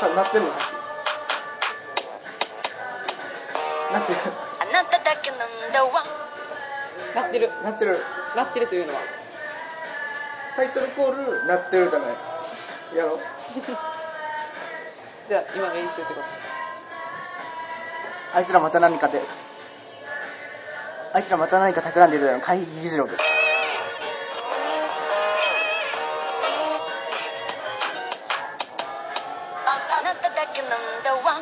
そう、なってるのなってる。あなただけなんだわなってる。なってる。なってるというのは。タイトルコール、なってるじゃない。やろじゃあ、今練習ってこと。あいつらまた何かで。あいつらまた何か企んでいるだろう。会議議事録。あなただけなんだわ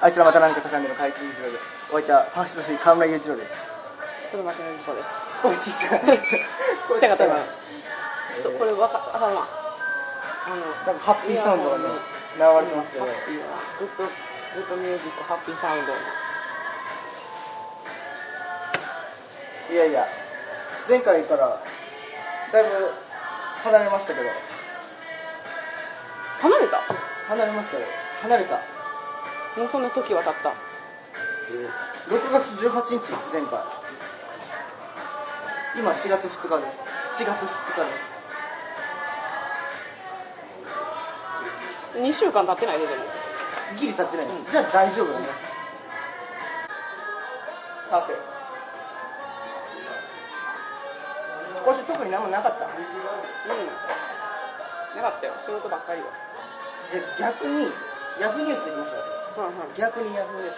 あいつらまた何か企んでいる会議議事録。おいた、ファーストスリー、河村雄一郎です。ちょっと待って、そう です。こいつしたちっちゃかった今。ちょっとこれわか、あ、まあ。あの、なんかハッピーサウンドがね、流ハれてますけど、ッピーは、グッド、グッドミュージック、ハッピーサウンド。いやいや、前回から、だいぶ離れましたけど、離れた離れましたよ。離れた。もうそんな時は経った。 6月18日、前回。今4月2日です。7月2日です。 2週間経ってないで、でも。ギリ経ってないですうんじゃあ大丈夫だね。さて。今週特に何もなかった。うん。なかったよ。仕事ばっかりよ。じゃあ逆に、ヤフーニュースでいきましょう。うんうん。逆にヤフーです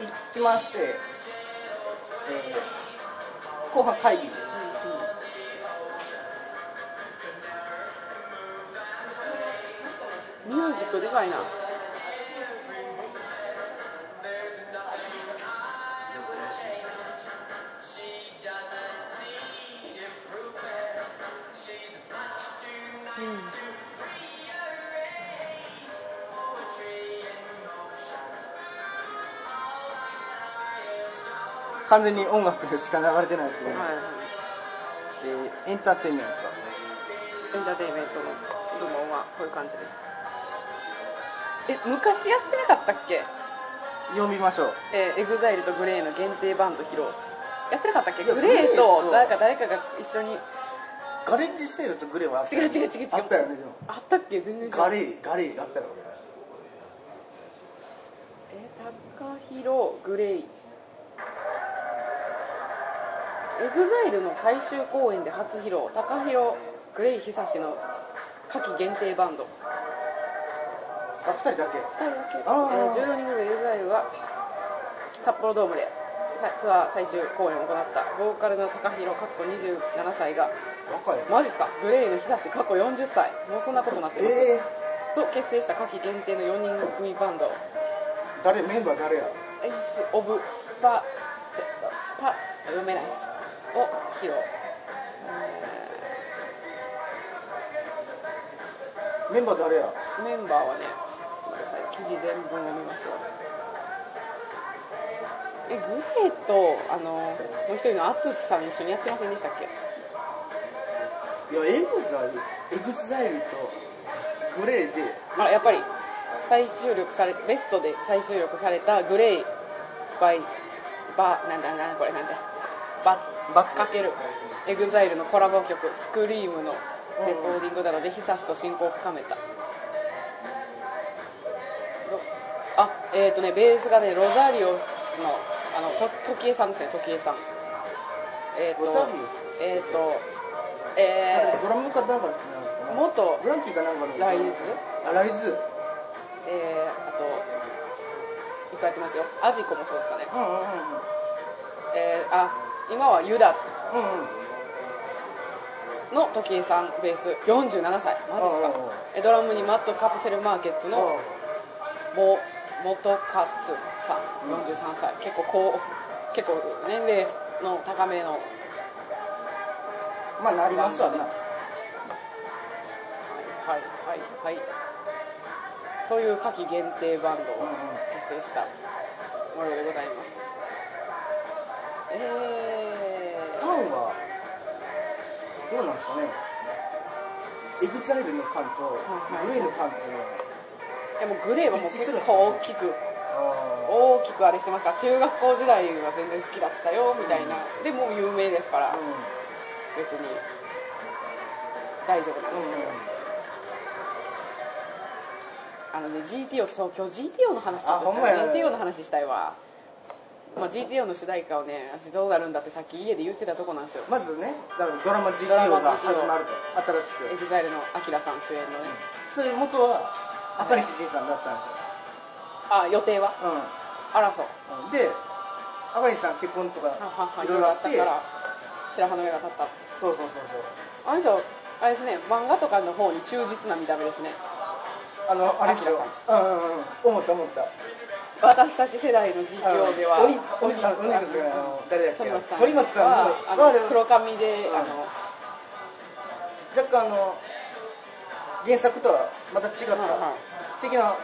行きまして、えー、後半会議ですミュージックでかいな。完全に音楽しか流れてないですはね、いはい。えーエンターテインメンエンターテインメントの部門はこういう感じです。え、昔やってなかったっけト読みましょうえー、エグザイルとグレーの限定バンド披露。やってなかったっけいやグレーとグレーと誰か誰かが一緒に、ガレージセールとグレーはあった違う違う違う違うあったよねでもあったっけ全然違う。ガレーガレーあったよえー、高広グレイエグザイルの最終公演で初披露高広グレイ久しの夏季限定バンドあ二人だけ2人だけ、えあーー、14人組のエグザイルは札幌ドームでさツアー最終公演を行ったボーカルの高広かっこ27歳が若いねマジっすかグレイの久しかっこ40歳もうそんなことになってます、えと結成した夏季限定の4人組バンドー、誰メンバー誰やエイス・オブ・スパ、えっとスパ、読めないです。を披露。えメンバー誰やーメンバーはね、ちょっと待ってください。記事全文を見ますよ。え、グレーと、あの、もう一人のアツスさん一緒にやってませんでしたっけいやエグザイルエグザイルとグレーであ、やっぱり、再収録され、ベストで再収録されたグレイ、バイ、バ、なんだなんだこれなんだ。バツ、バツかける。エグザイルのコラボ曲、スクリームのレコーディングなので、久しと親交を深めた。ろあ、えっ、ー、とね、ベースがね、ロザリオスの、あの、と、時江さんですね、時江さん。えっ、ー、ロザリとオス、えっ、ー、と、えドラムかなんかですねー、元ブランキーかなんかのライズあライズえー、あと、いっぱいやってますよ。アジコもそうですかね。うんうんうんえー、あ、今はユダうんうんの時計さんベース、47歳。マジっすかおうおうおうえドラムにマットカプセルマーケッツのも、元勝さうん、ん43歳。結構こう、結構年齢の高めの。まあなりますわなはい、はい、はい。という夏季限定バンドを結成したものでございます。えファー、ンはどうなんですかねエグザイルのファンとはいはいグレイのファンっていうのはでもグレーはもう結構大きく、あ大きくあれしてますから、中学校時代は全然好きだったよ、みたいな。で、もう有名ですかー、らうん別に大丈夫なうんですよ。んあのね GTO そう今日 GTO の話ちょっあとほんしまたや GTO の話したいわ、まあ、GTO の主題歌をね私どうなるんだってさっき家で言ってたとこなんですよ、まずねだからドラマ GTO ドラマ GTO が始まると新しく EXILE の AKIRA さん主演のねそれ元は赤西仁さんだったんですよあ予定はあらそううんで赤西さん結婚とかはははいいろいろろいろああっってたから白羽の矢が立ったそうそうそうそうあの人あれですね漫画とかの方に忠実な見た目ですねあのあれですようんうんうん思った思った私たち世代の GTO ではおにおにあおにですよねあの誰だっけ反町さん反町さんのはああれの黒髪で、うんあの若干あの原作とはまた違ったはいはい的な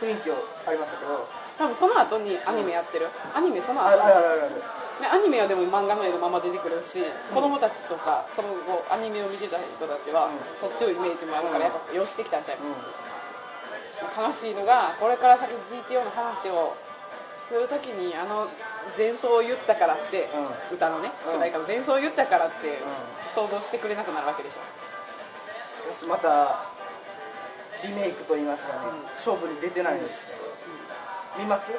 雰囲気をありましたけど多分その後にアニメやってる、アニメそのある後あるあるあるねアニメはでも漫画の絵のまま出てくるし、子供たちとかその後アニメを見てた人たちは、うんそっちのイメージもあるからやっぱ寄してきたんちゃいます、う悲しいのがこれから先 GTO の話をするときにあの前奏を言ったからって、歌のねうん主題歌の前奏を言ったからって、ん想像してくれなくなるわけでしんょしかしまたリメイクといいますかねうん勝負に出てないです見ます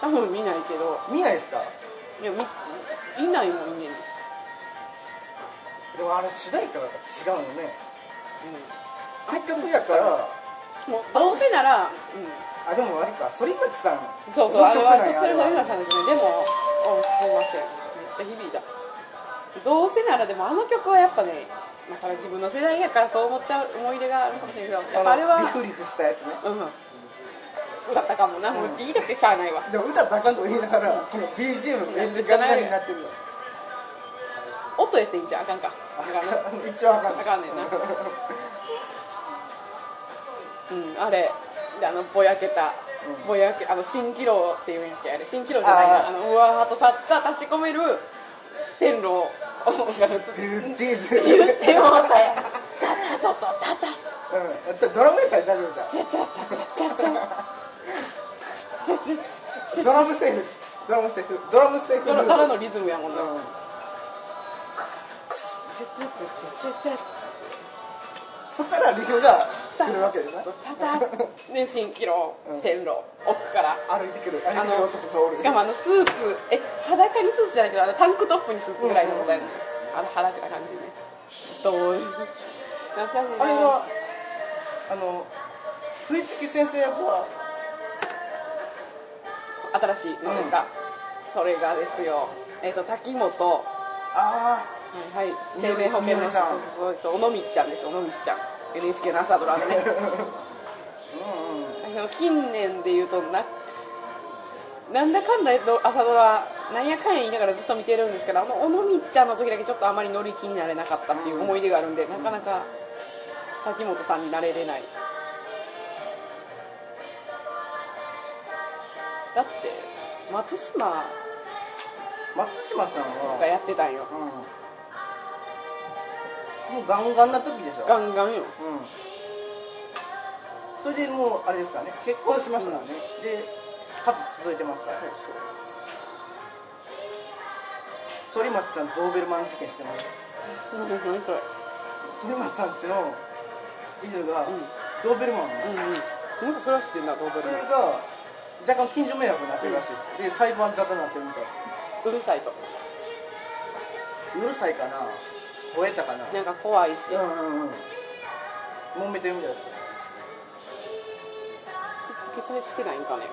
多分見ないけど見ないですかいや見いないもん家に、うん、でもあれ主題歌が違うのねせっかくやからもうどうせなら、あでもあれか反町さうんん、そうそうあれはそれは反ゆなさんですねでもおすみませんめっちゃ響いたどうせならでもあの曲はやっぱね、まあ、それは自分の世代やからそう思っちゃう思い出があるかもしれないけどやっぱあれはリフリフしたやつねうん。歌ったかもな、もううん言いたくてしゃあないわ。でも歌高んと言いながらこの BGM めっちゃガンガンになってるの音やっていいんじゃん、あかんか。あかん な。一応あかんあかんねんなううん、あれ、であの、ぼやけたうん、ぼやけ、あの、蜃気楼っていうんですけど、あれ、蜃気楼じゃないあーな、あの、うわーっとさっさ立ち込める線路を、音がずっと、ん10 10 言ってもうたや。う タタタタタタ、んドラムやったら大丈夫じゃんチャチャチャチャチャチャ。ドラムセーフですドラムセーフドラムセーフドラただのリズムやもうんな。んチャチャチャチャチャチャ。そっからリフが来るわけですねたたね、蜃気楼うん、線路、奥から。歩いてくる歩いあてくるの、男がおるしかもあのスーツ、え、裸にスーツじゃないけど、あのタンクトップにスーツぐらいのことやね、あの裸な感じね。どういう。懐かしいなあれは、あの、藤月先生役は、新しいのですか、それがですよ、えっ、と、滝本、はあいはい、生命保険のさんそうそうそう小野みっちゃんです、小野みっちゃん。NHK の朝ドあ、 ラのね。うんうん。その近年で言うとな、なんだかんだ朝ドラ、なんやかんや言いながらずっと見てるんですけど、あの、尾道ちゃんの時だけちょっとあまり乗り気になれなかったっていう思い出があるんで、なかなか滝本さんになれれない。だって、松島松島さんがは、やってたんよ。うん。もうガンガンな時でしょガン。ンガンうよ。ん。それでもう、あれですかね、結婚しましたからね。で、かつ続いてますから。反町さん、ドーベルマン事件してます。何それそれ。反町さんちの犬がうん、ドーベルマンなのうんうん。なんかそれは知ってんだ、動物それが若干近所迷惑になってるらしいです、で裁判沙汰になってるみたいうるさいと。うるさいかな吠えたかななんか怖いし。うんうんうん揉めてるみたいですしつけさえしてないんかね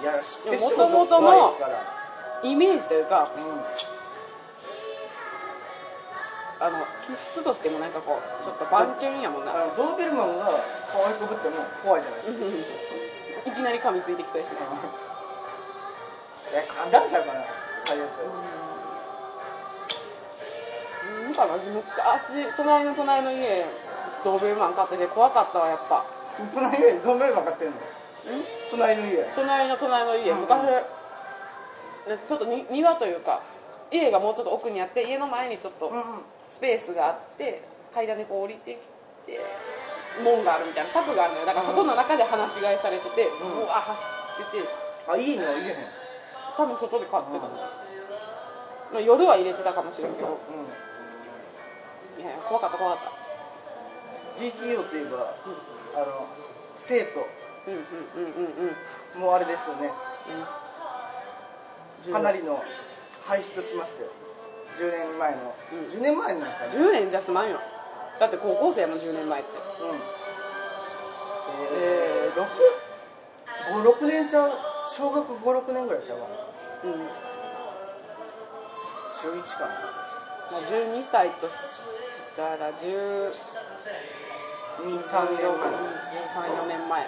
いやしでも元々の怖いですからイメージというかうんあの気質としてもなんかこうちょっと番犬やもんなあのドーベルマンが可愛くぶっても怖いじゃないですか、いきなり噛みついてきそうやしねえ噛んだんちゃうかな最悪うんなんかな昔隣の隣の家ドーベルマン飼ってて怖かったわやっぱ隣の家にドーベルマン飼ってんのん隣の家隣の隣の家うん昔なんかちょっとに庭というか家がもうちょっと奥にあって家の前にちょっとうんうんスペースがあって階段でこう降りてきて門があるみたいな柵があるのよだからそこの中で話し飼いされてて、ううんわ走っててあ家には入れへん多分外で飼ってたの、まあ夜は入れてたかもしれんけどうんいや怖かった怖かった GTO といえばあの生徒うんうんうんうんうんもあれですよねうんかなりの輩出しましたよ10年前の、うん10年前なんですかね10年じゃすまんよだって高校生やもん10年前ってうんえー、6 56年ちゃう小学56年ぐらいちゃうわうん、ま中1かなあ、12歳としたら13 23年前4年前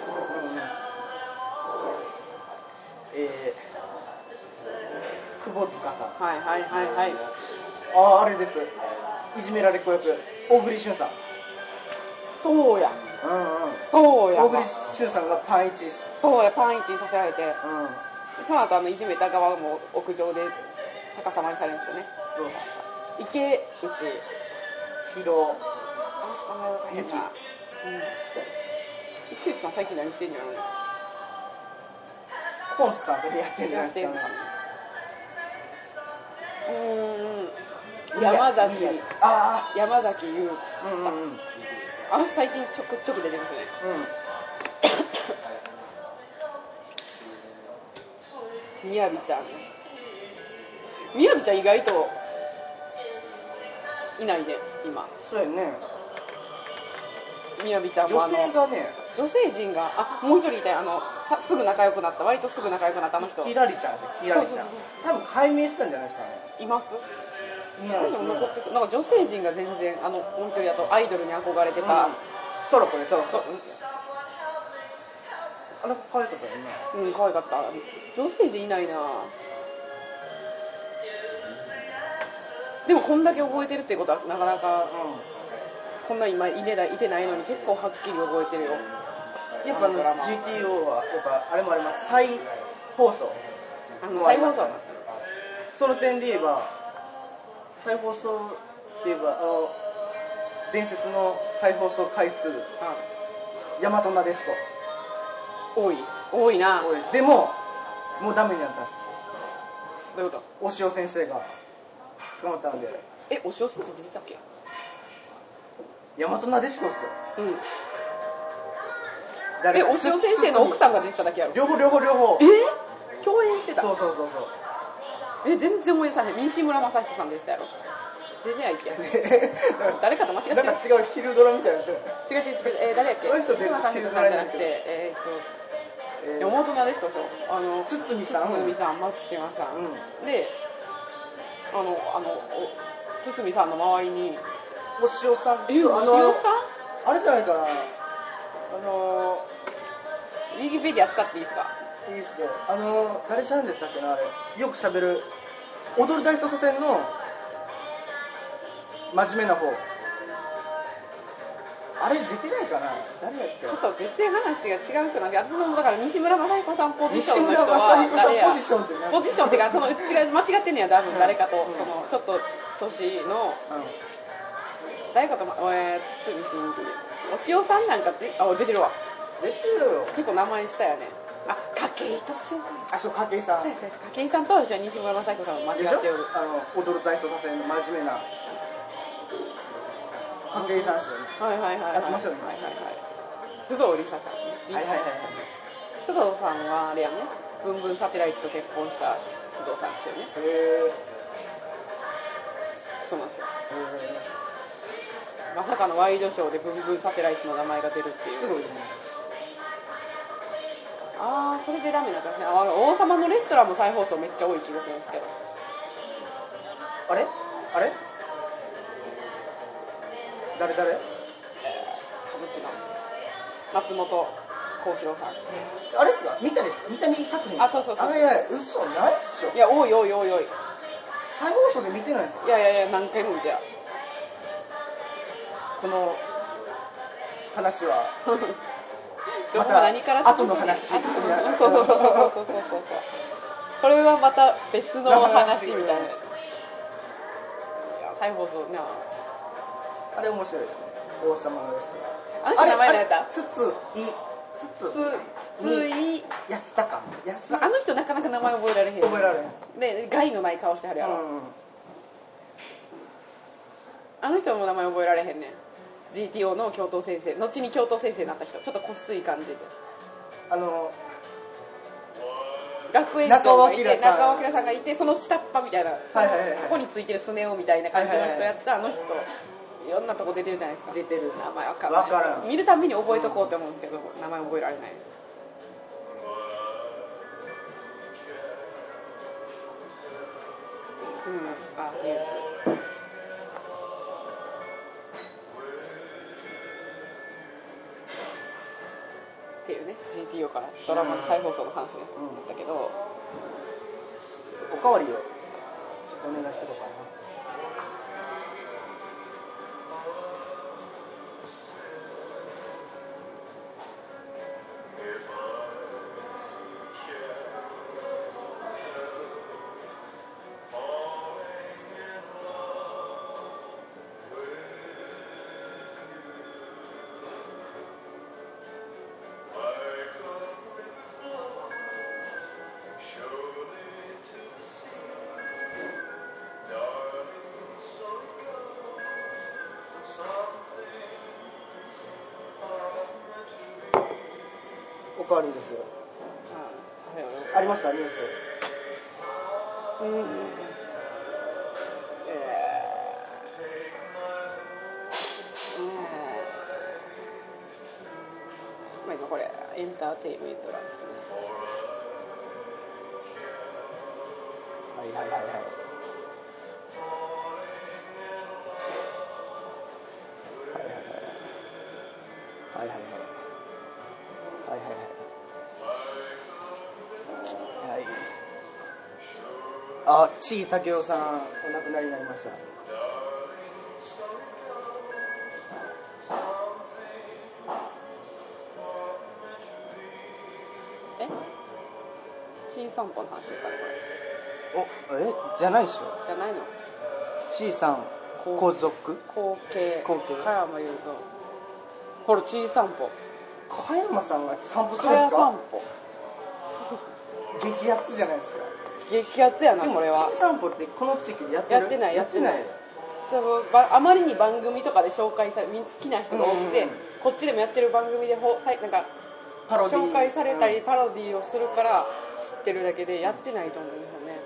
えー、久保塚さんはいはいはいはいあああれですいじめられっ子役小栗旬さんそうやうんうんそうや小栗旬さんがパンイチですそうやパンイチにさせられてうんその後あのいじめた側も屋上で逆さまにされるんですよねそう池内ヒロあ名前忘れたなうん池内さん最近何してんのやろねコンスタントでやってるんじゃないですかねうーん山崎宮あ山崎優あうんうんうんうんあの人最近ちょくちょく出てますねみやびちゃんみやびちゃん意外といないね今そうやねみやびちゃんも女あの性がね女性陣があもう一人いたよあのさすぐ仲良くなった割とすぐ仲良くなったあの人キラリちゃんですキラリそうちそゃうんそう多分解明したんじゃないですかねいますうんなんか残ってそうなんか女性陣が全然あのもう一人あとアイドルに憧れてた、トロコねトロとコあの子可愛かったよねうん可愛かった女性陣いないなでもこんだけ覚えてるってことはなかなかこんな今いねないいてないのに結構はっきり覚えてるようんやっぱあのドラマ GTO はやっぱあれもあります再放送あの再放送その点で言えば再放送って言えばあの伝説の再放送回数あ大和なでしこ多い多いなどでももうダメになったんですういうことお塩先生が捕まったんでえお塩先生出てたっけ大和なでしこっすようん誰えかお塩先生の奥さんが出てただけやろ両方両方両方え共演してたそうそうそうそうえ全然思い出さへん西村雅彦さんでしたやろ出てないっけ 誰かと間違ってるなんか違う昼ドラみたいになってる違う違う違う、えー、誰やっけこの人出る西村雅彦さんじゃなくてえーっとえー山本なでしこでしょあの堤さん堤さん松島さん、うであのあのお堤さんの周りにお塩さんえっあおの塩さんあれじゃないかなあのウィキペディア使っていいですかいいっすよあの誰ちゃんでしたっけなあれよく喋る踊る大捜査線の真面目な方あれ出てないかな誰やっちょっけと絶対話が違うくなって私のだから西村雅彦さんポジションの人西村雅は彦さん誰やポジションって何ポジションっていうかそのうちが間違ってんねや多う分ん誰かと、うんそのちょっと年の誰かとまえー、堤真一お塩さんなんかってあ出てるわ出てるよ結構名前したよねあ筧利夫さんあそう筧さんそうですそうです筧井さんと一緒に西村雅彦さんを間でしょ違っておるあの踊る大捜査線の真面目な筧さんですよねはいはいはいはいやってましたよねはいはいはい須藤理沙さんねはいはいはい須藤さんはあれやねブンブンサテライトと結婚した須藤さんですよねへえそうなんですよまさかのワイドショーでブンブンサテライトの名前が出るっていうすごいねああそれでダメだったんですねあ王様のレストランも再放送めっちゃ多い気がするんですけどあれあれ誰誰歌舞伎の松本幸四郎さんあれっすか見たですか見たに作品あそうそうそうあれいや嘘ないっしょいや多い多い多い多い再放送で見てないっすいやいやいや何回も見てやこの話 はどこまた何から後の話あそうそうそうそうそうそうそうそうこれはまた別の話みたいないや再放送なあれ面白いですね王様のレスあのトラ人ン名前何やっあたれつついつつつつにい安高安あの人なかなか名前覚えられへん覚えられへんで害のない顔してはるやろ、うんあの人も名前覚えられへんねん GTO の教頭先生後に教頭先生になった人ちょっとこっすい感じであの学園長がいて中尾明さん中尾明さんがいてその下っ端みたいな、はいはいはいはいここについてるスネ夫みたいな感じのはいはい人はいやったあの人いろんなとこ出てるじゃないですか出てる名前わかんないわからん見るために覚えとこうと思うんですけど名前覚えられないうんあニュースっていうね GTO からドラマの再放送の話だったけど、おかわりをちょっとお願いしてこうかなおかわりですよありましたニュースうんうんうんまあ今これエンターテインメントなんですねはいはいはいはいはいはいはいはいはいはいはいはいあちいたけおさんお亡くなりになりましたえちいさんぽの話ですかねこおえじゃないでしょれじゃないのちいさん皇皇族後継後継加山雄三ほらちいさんぽ加山さんが散歩する加んで山すさんかぽ激アツじゃないですか激アツやなでもこれはちい散歩ってこの地域でやってるやってないやってないやってそのばあまりに番組とかで紹介されみん好きな人が多くうて、んうんうんこっちでもやってる番組でほさいなんかパロディ紹介されたりパロディーをするから知ってるだけでやってないと思うんですよね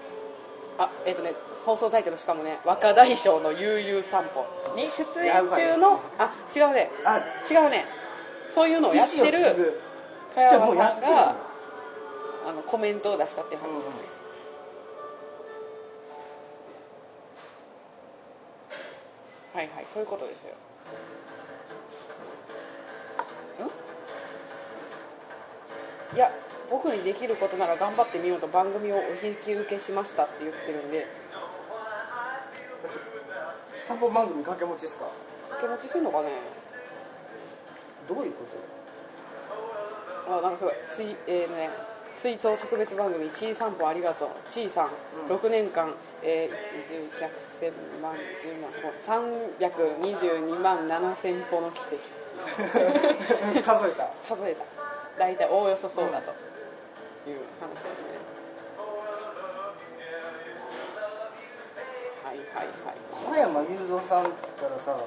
あえっ、とね放送タイトルしかもね「若大将の悠々散歩」に出演中の、あ違うねあ違うねそういうのをやって意思を継るぐ加じゃあも山うさやんってがあのコメントを出したっていうる話、のうんはいはいそういうことですよんいや僕にできることなら頑張ってみようと番組をお引き受けしましたって言ってるんで散歩番組掛け持ちですか掛け持ちするのかねどういうことあなんかすごいついえーね追悼特別番組「ちいさんぽありがとう」「ちいさんうん6年間、えー、1 0 100千万10万322万7千歩の奇跡」 数えた数えた大体おおよそそうだという話ですね、はいはいはい小山雄三さんっつったらさは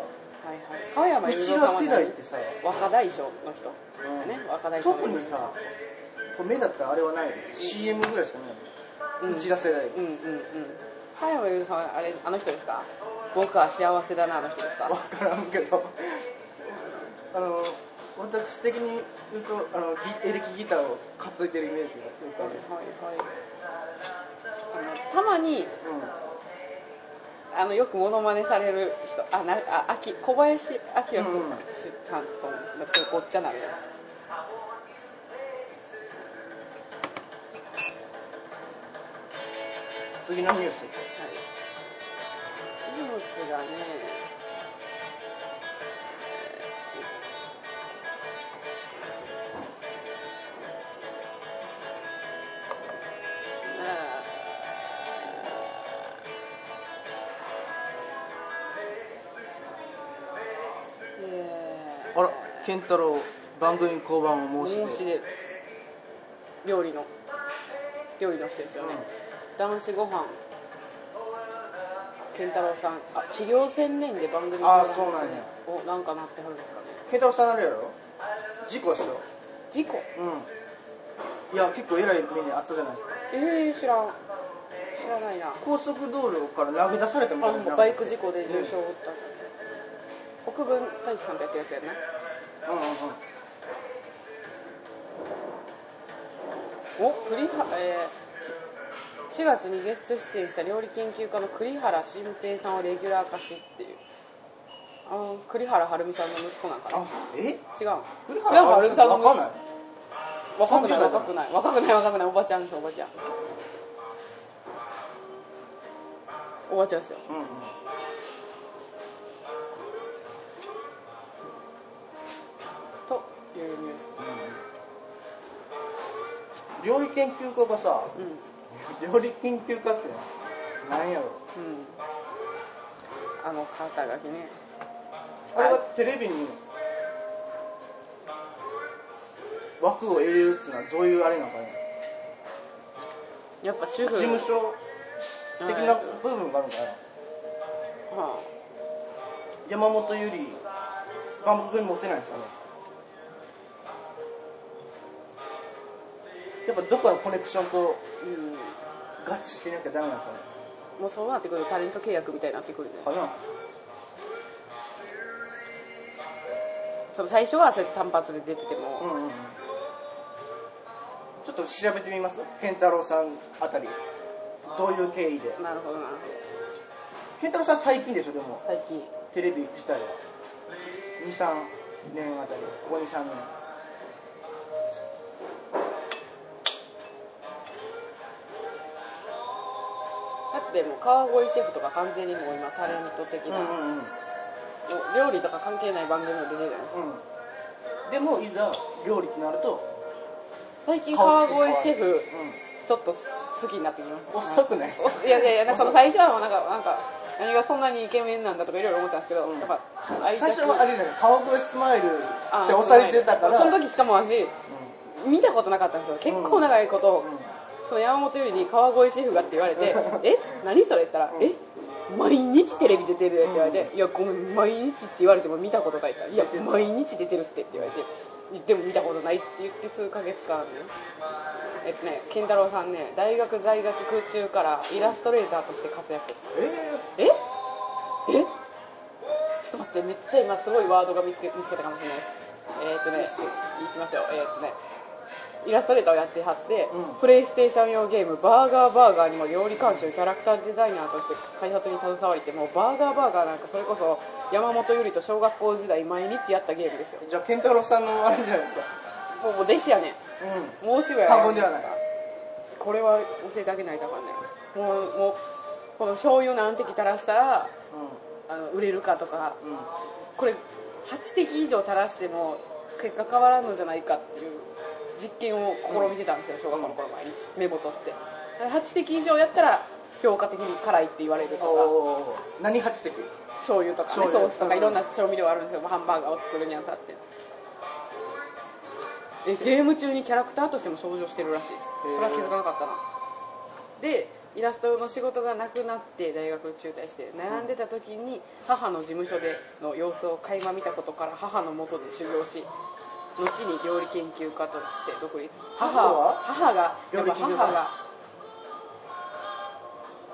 いはい川山う雄ち三らさんは世代ってさ、若大将の人、ね若大将の特にさこれ目だったらあれはない CM ぐらいしかないううちら世代うんうんうん川山雄三さんはあれあの人ですか僕は幸せだなあの人ですかわからんけどあの私的に言うとあのギエレキギターを担いでるイメージがするかはらいねはいはいあのたまにあのよくモノマネされる人あなああき小林明君さんとのごっちゃなるようん次のニュースはい。ニュースがね、えーえーあら健太郎番組降板を申し出申し出る料理の料理の人ですよね、うん男子ご飯健太郎さんあ治療専念で番組あそうなんやおなんかなってはるんですかねケンタロウさんあれやろ事故っしょ事故うんいや結構えらい目にあったじゃないですかえー、知らん知らないな高速道路から投げ出されたみたいなあバイク事故で重傷を負った、国分太一さんとやったやつやんなうんうんうんお栗原えー、4月にゲスト出演した料理研究家の栗原新平さんをレギュラー化しっていうあの栗原はるみさんの息子なんかなあえ違うん栗原はるみさんの栗わか原んないは若くない30代だ若くない若くない若くないおばちゃんですおばちゃんおばちゃんですようんうんというニュース料理研究家がさうん料理研究家って何やろうんあの肩書きねあれはテレビに枠を入れるっていうのはどういうあれなのかねやっぱ主事婦務所的な部分があるのかなは山本ゆり番組持ってないですよねやっぱどっかのコネクションとあうん合致してなきゃダメなんですよねもうそうなってくるとタレント契約みたいになってくるねかなその最初はそうやって単発で出ててうも、んうんうんちょっと調べてみます健太郎さんあたりどういう経緯でなるほどなるほど健太郎さん最近でしょでも最近テレビ自体は23年あたりここ23年だってもう川越シェフとか完全にもう今タレント的な、もううんうん料理とか関係ない番組も出てるじゃないですかうんでもいざ料理ってなると最近顔川つき越シェフうちょっと好きになってきました遅くないですかおいやいやいやなんかその最初はもうなんかなんか何がそんなにイケメンなんだとかいろいろ思ったんですけど、うんやっぱん最初はあれじゃない顔越しスマイルあって押されてたからその時しかも私う見たことなかったんですよ結構長いこと、んうんその山本よりに川越シェフがって言われてう、んえ何それって言ったら、うんえ毎日テレビ出てるって言われて、ういや、ごめん、毎日って言われても見たことないって言ったら、いや、毎日出てるってって言われて、でも見たことないって言って数ヶ月間ね、えっとね、健太郎さんね、大学在学中からイラストレーターとして活躍。えええちょっと待って、めっちゃ今すごいワードが見つけ見つけたかもしれないです。えー、っとね、いきましょう。えー、っとね、イラストレーターをやってはって、うんプレイステーション用ゲーム、バーガーバーガーにも料理監修、キャラクターデザイナーとして開発に携わりて、もうバーガーバーガーなんかそれこそ山本ゆりと小学校時代毎日やったゲームですよ。ーじゃあ健太郎さんのあれじゃないですかもうもう弟子やねん。うもうすぐんや過言ではないこれは教えてあげないとあかんねもう、もう、この醤油何滴垂らしたら、あの売れるかとか、うんうんこれ8滴以上垂らしても結果変わらんのじゃないかっていう実験を試みてたんですよ、小学校の頃毎日メモ取って8滴以上やったら評価的に辛いって言われるとかおー何八的醤油とか、醤ね、油ソースとうかんいろんな調味料あるんですよハンバーガーを作るにあたってえゲーム中にキャラクターとしても登場してるらしいですへーそれは気づかなかったなでイラストの仕事がなくなって大学中退して悩んでた時に母の事務所での様子を垣間見たことから母のもとで修行し後に料理研究家として独立母は母が料理研究家やっぱ母が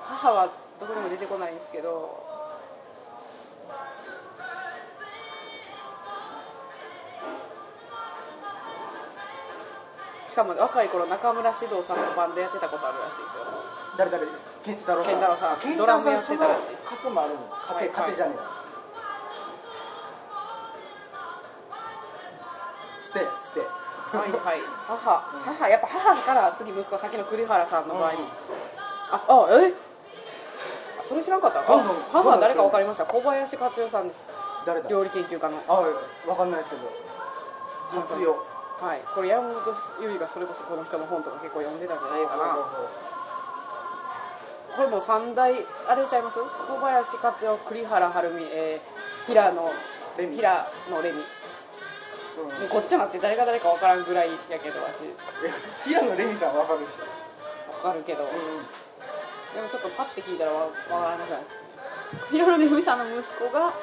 母はどこにも出てこないんですけどしかも若い頃中村獅童さんとバンドやってたことあるらしいですよ誰誰健太郎さん健太郎さん健ド太ラ郎ムさやんっそてのたらしいです過去もあるの過はい程過程じゃねえよつてつてはいはい母母やっぱ母から次息子先の栗原さんの場合に、うんああえあそれ知らんかったどんどんあ母は誰か分かりました小林克代さんです誰だ料理研究家のあわかんないですけど活用はい、これ山本由依がそれこそこの人の本とか結構読んでたんじゃないかなこれもう三大あれちゃいます小林克代栗原はるみ、えー、平野レミ平野レミもうこっちはなって誰が誰か分からんぐらいやけど私え平野レミさんわかるでしょ分かるけど、うんでもちょっとパッて聞いたらわわからなくない広野美さんの息子が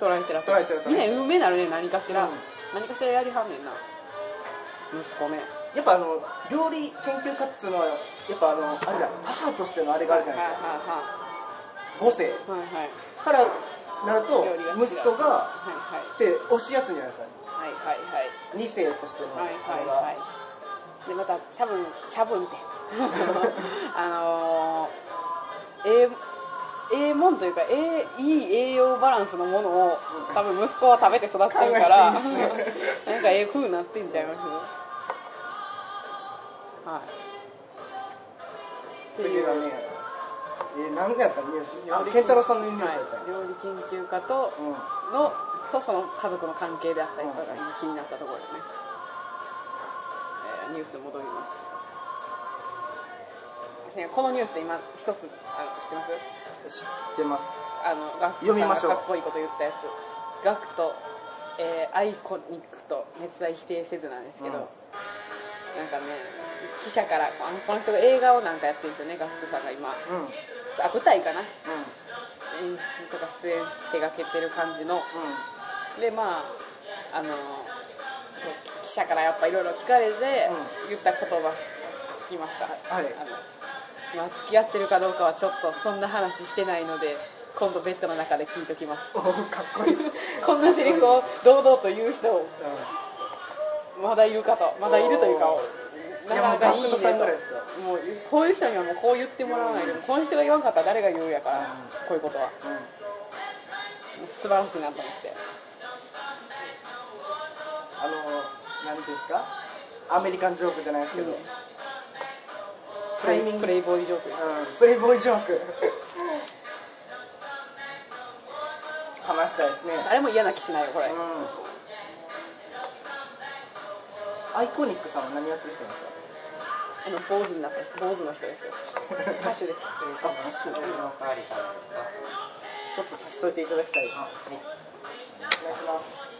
トライセラトトライセラトみんライなセラ有名なるね何かしら、うん何かしらやりはんねんな息子ねやっぱあの料理研究家っつうのはやっぱあのあれだ母としてのあれがあるじゃないですかは母性いはいはいはいからなると料理が好きだ息子がはいっはいて押しやすいんじゃないですかはいはいはい二世としてのはいあれはいはがい。で、また、チャブン、チャブ ンって。あのー、えええもんというか、ええいい栄養バランスのものを、多分息子は食べて育ってるから、考えすぎですねなんかええ風になってんちゃいますはい。次がねえー何でやったらニュー料理ス研健太郎さんのニュースやったはらい料理研究家と、うんの、とその家族の関係であったりとかが今気になったところですね。えーニュース戻ります。私ねこのニュースで今一つ、あの、知ってます知ってますあの、ガクト読さみんまがしょうかっこいいこと言ったやつ。ガクト、えーアイコニックと熱愛否定せずなんですけど、うんなんかね、記者から、あのこの人が映画をなんかやってるんですよね、ガクトさんが今。うんうんあ、舞台かな演出とか出演手がけてる感じの。うでまああの記者からやっぱいろいろ聞かれて、う言った言葉聞きましたはいあのまあ付き合ってるかどうかはちょっとそんな話してないので今度ベッドの中で聞いときま すんおーかっこいいこんなセリフを堂々と言う人うまだいるかとまだいるというかおーなかなかいいねいやもうガクトとさんぐらいですよもうこういう人にはもうこう言ってもらわないでうんこの人が言わんかったら誰が言うやから、うんこういうことはん素晴らしいなと思ってあの何ですかアメリカンジョークじゃないですけど、うんタプレイイミングプレイボーイジョークですうんプレイボーイジョーク話したいですね、あれも嫌な気しないよこれ、うんアイコニックさんは何やってる人なんですかあの坊主になった人坊主の人ですよ歌手ですあ歌手普通のカーリーさんですかちょっと足しといていただきたいですあ、はい。お願いします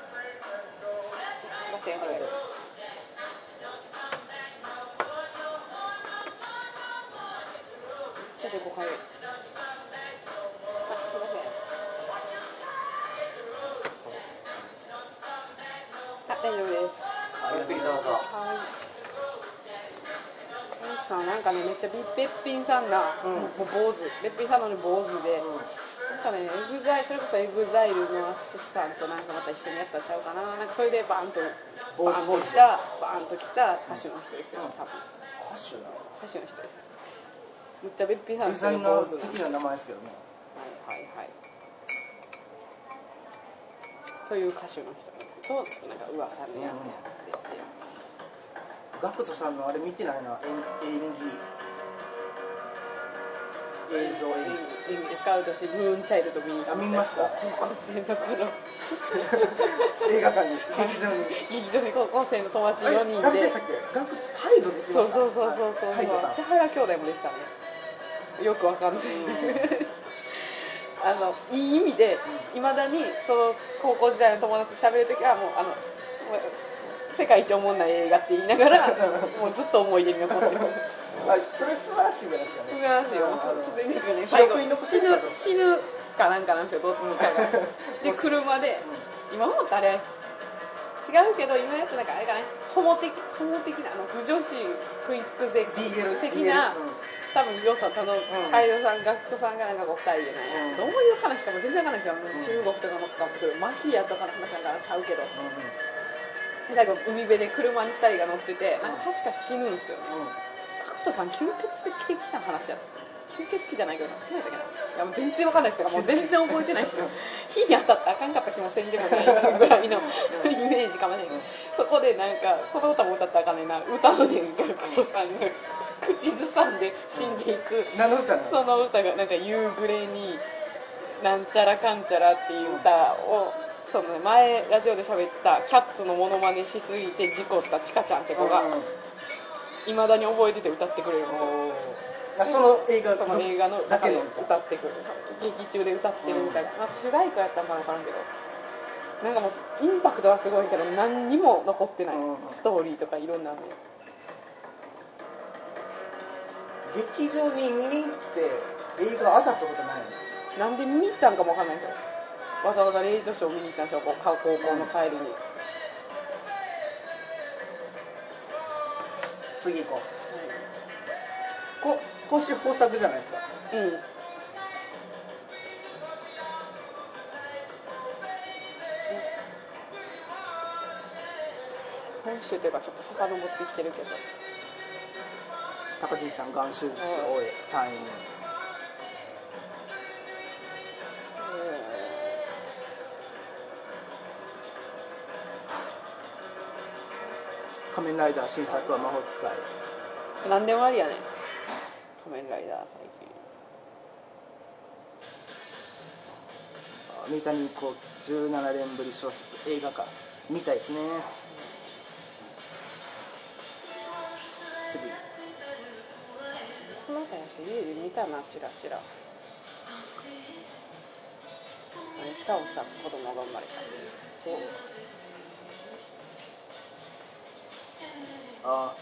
すいませんこれちょっとここかゆいあすいませんあ大丈夫ですゆっくりどうぞ。はいさんなんかねめっちゃびべっぴんさんな、うんもう坊主べっぴんさんなのに坊主で、なんかね、エグザイそれこそエグザイルの淳さんとなんかまた一緒にやったんちゃうかな。なんかそれでバーンと、坊バー主ン坊と主来た、バーンと来た歌手の人ですよ、うん多分。歌手なの歌手の人です。むっちゃべっぴんさデんですザよイね、ナ坊ー主の。はい的な名前ですけどねはいはい。という歌手の人と、なんか噂でやってるんですよ。ガクトさんのあれ見てないな演演技映像 演技演技ですか私、ムーンチャイルド見に行きあ見ました高校生の頃。映 画館に劇場に劇場に高校生の友達あれ4人誰ででしたっけガクトハイド出てそまうしたそうそうそうそうハイドさん千原兄弟もでしたねよくわかんない あのいい意味でいまだにその高校時代の友達と喋るときはもうあのもう世界一おもんない映画って言いなが らもうずっと思い出に残ってるあそれ素晴らしいじゃないですかね素晴らしいよもうそれですよね最記後憶に残っ死てぬるから死ぬかなんかなんですよどっちかがうん で車で今思ったあれ違うけど今やったなんかあれか ねホモ的ホモ的なあの不女子食いつくセックス BL 的な BL うん多分良さ多分んカイドさんガクトさんがなんかこう二人でうね、んどういう話かも全然わかんないですよ、う中国とかもかかってくるマフィアとかの話なんかちゃうけどうんうんで最後海辺で車に二人が乗っててなんか確か死ぬんですよね角田さん吸血的な話や吸血鬼じゃないけどそうやったっけないやもう全然わかんないですとかもう全然覚えてないで すよ火に当たったらあかんかった気もせんでもないぐらいのうんイメー ジかもしれない、うんそこでなんかこの歌も歌ったらあかんねんな歌うねん角田さんが口ずさんで死んでいく、うん何の歌なのその歌がなんか夕暮れになんちゃらかんちゃらっていう歌を、そのね前ラジオで喋ったキャッツのモノマネしすぎて事故ったチカちゃんって子が、うんうんいまだに覚えてて歌ってくれるんですよあその映画その映画のだ中けでの歌ってくる劇中で歌ってるみたいな、まあ、主題歌やったのか分からんけどなんかもうインパクトはすごいけど何にも残ってない、うんストーリーとかいろんなの劇場に見に行って映画当たったことないのなんで見に行ったんかもわかんないけど。わざわざレイトショー見に行ったんですよ、こう高校の帰りに。次行こうこ今週豊作じゃないですかうん。本州というかちょっと遡ってきてるけど。高橋さん眼周術多い単位仮面ライダー新作は魔法使いうん。何でもありやね。仮面ライダー最あ近。三谷幸喜17年ぶり小説映画化みたいですね次この辺私家で見たな、チラチラ。何かをさ、子供が生まれた。あ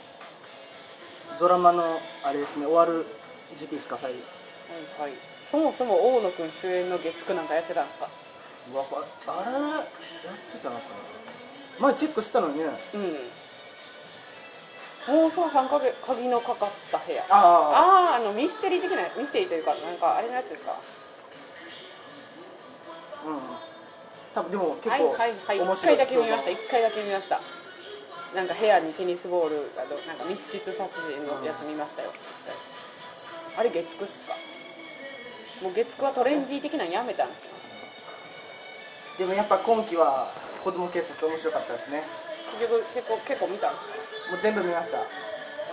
ドラマのあれですね終わる時期ですか最後はいはい。そもそも大野くん主演の月9なんかやってたんですかわかあれやってたなこれ前チェックしたのにねうん。もうさ、3ヶ月、鍵のかかった部屋。ああああー、あの、ミステリー的な、ミステリーというか、なんか、あれのやつですかうん多分でも結構はいはいはい。面1白い回だけ見ました、1回だけ見ました。なんか部屋にテニスボール、あの、なんか密室殺人のやつ見ましたよ。あれ、月9っすかもう月9はトレンディー的なのやめたんですでよ。もやっぱ今期は子供警察面白かったですね結局、結構、結構見たんですかもう全部見ましたほ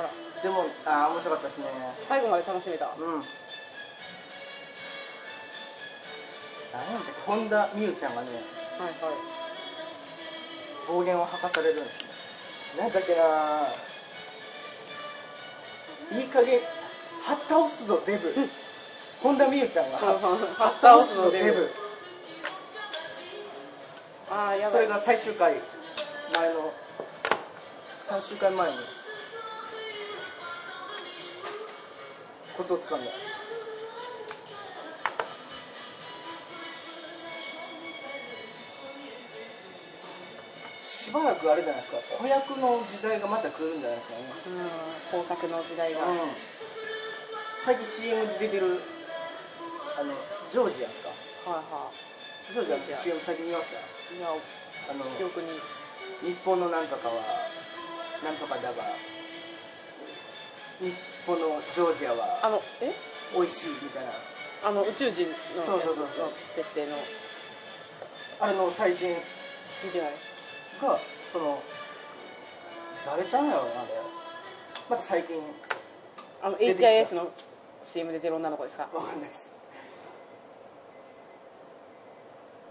ら、でもああ面白かったですね最後まで楽しめた。うん何なんだっけ本田望結ちゃんがねはいはい。暴言を吐かされるんですねなんだっけなぁいい加減はっ倒すぞデブ本田望結ちゃ んがそうそうはっ倒すぞデはっ倒すぞデブブああ、やばい。それが最終回前の3週間前にコツをつかんだしばらくあれじゃないですか子役の時代がまた来るんじゃないですかね、工作の時代が、うん最近 CM で出てるあのジョージアですかはいはジョージアの CM 最近見ましたいいやあの記憶に日本のなんとかはなんとかだが日本のジョージアはあのえ美味しいみたいなあの宇宙人のそうそうそうそうの設定のあれの最新見てないがその誰ちゃうんやろなあれまた最近あの出てきた HIS の CM で出る女の子ですかわかんないです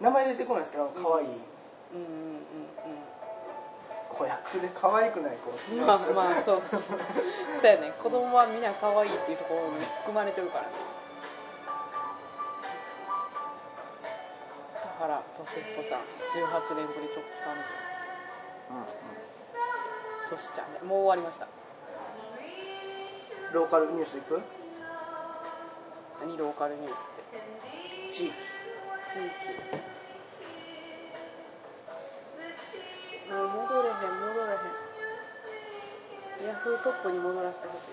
名前出てこないですけど可愛いうんうんうん子役で可愛くないうん子まあまあ そうそうそうやね子供はみんな可愛いっていうところに含まれてるからね田原俊彦さん18年ぶりトップ30うんうんトシちゃんでもう終わりましたローカルニュースいく何ローカルニュースって地域地域もう戻れへん戻れへんヤフートップに戻らせてほしい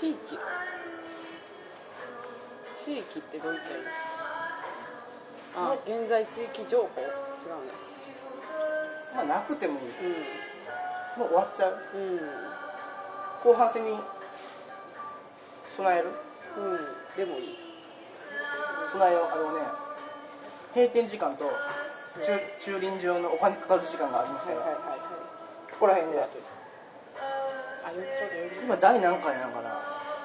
地域地域ってどういったらいいですかあ現在地域情報違うねまあなくてもいいうもんう終わっちゃううん、後半戦に備えるうん、でもいい。備えようあのね閉店時間と駐駐輪場のお金かかる時間がありましはたいよ、はいはいここら辺ではい。あ、よちょうどよく。今第何回なのかな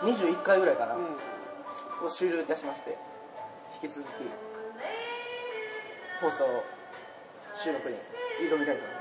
21回ぐらいかな、うん。を終了いたしまして引き続き放送収録に挑みたいと思います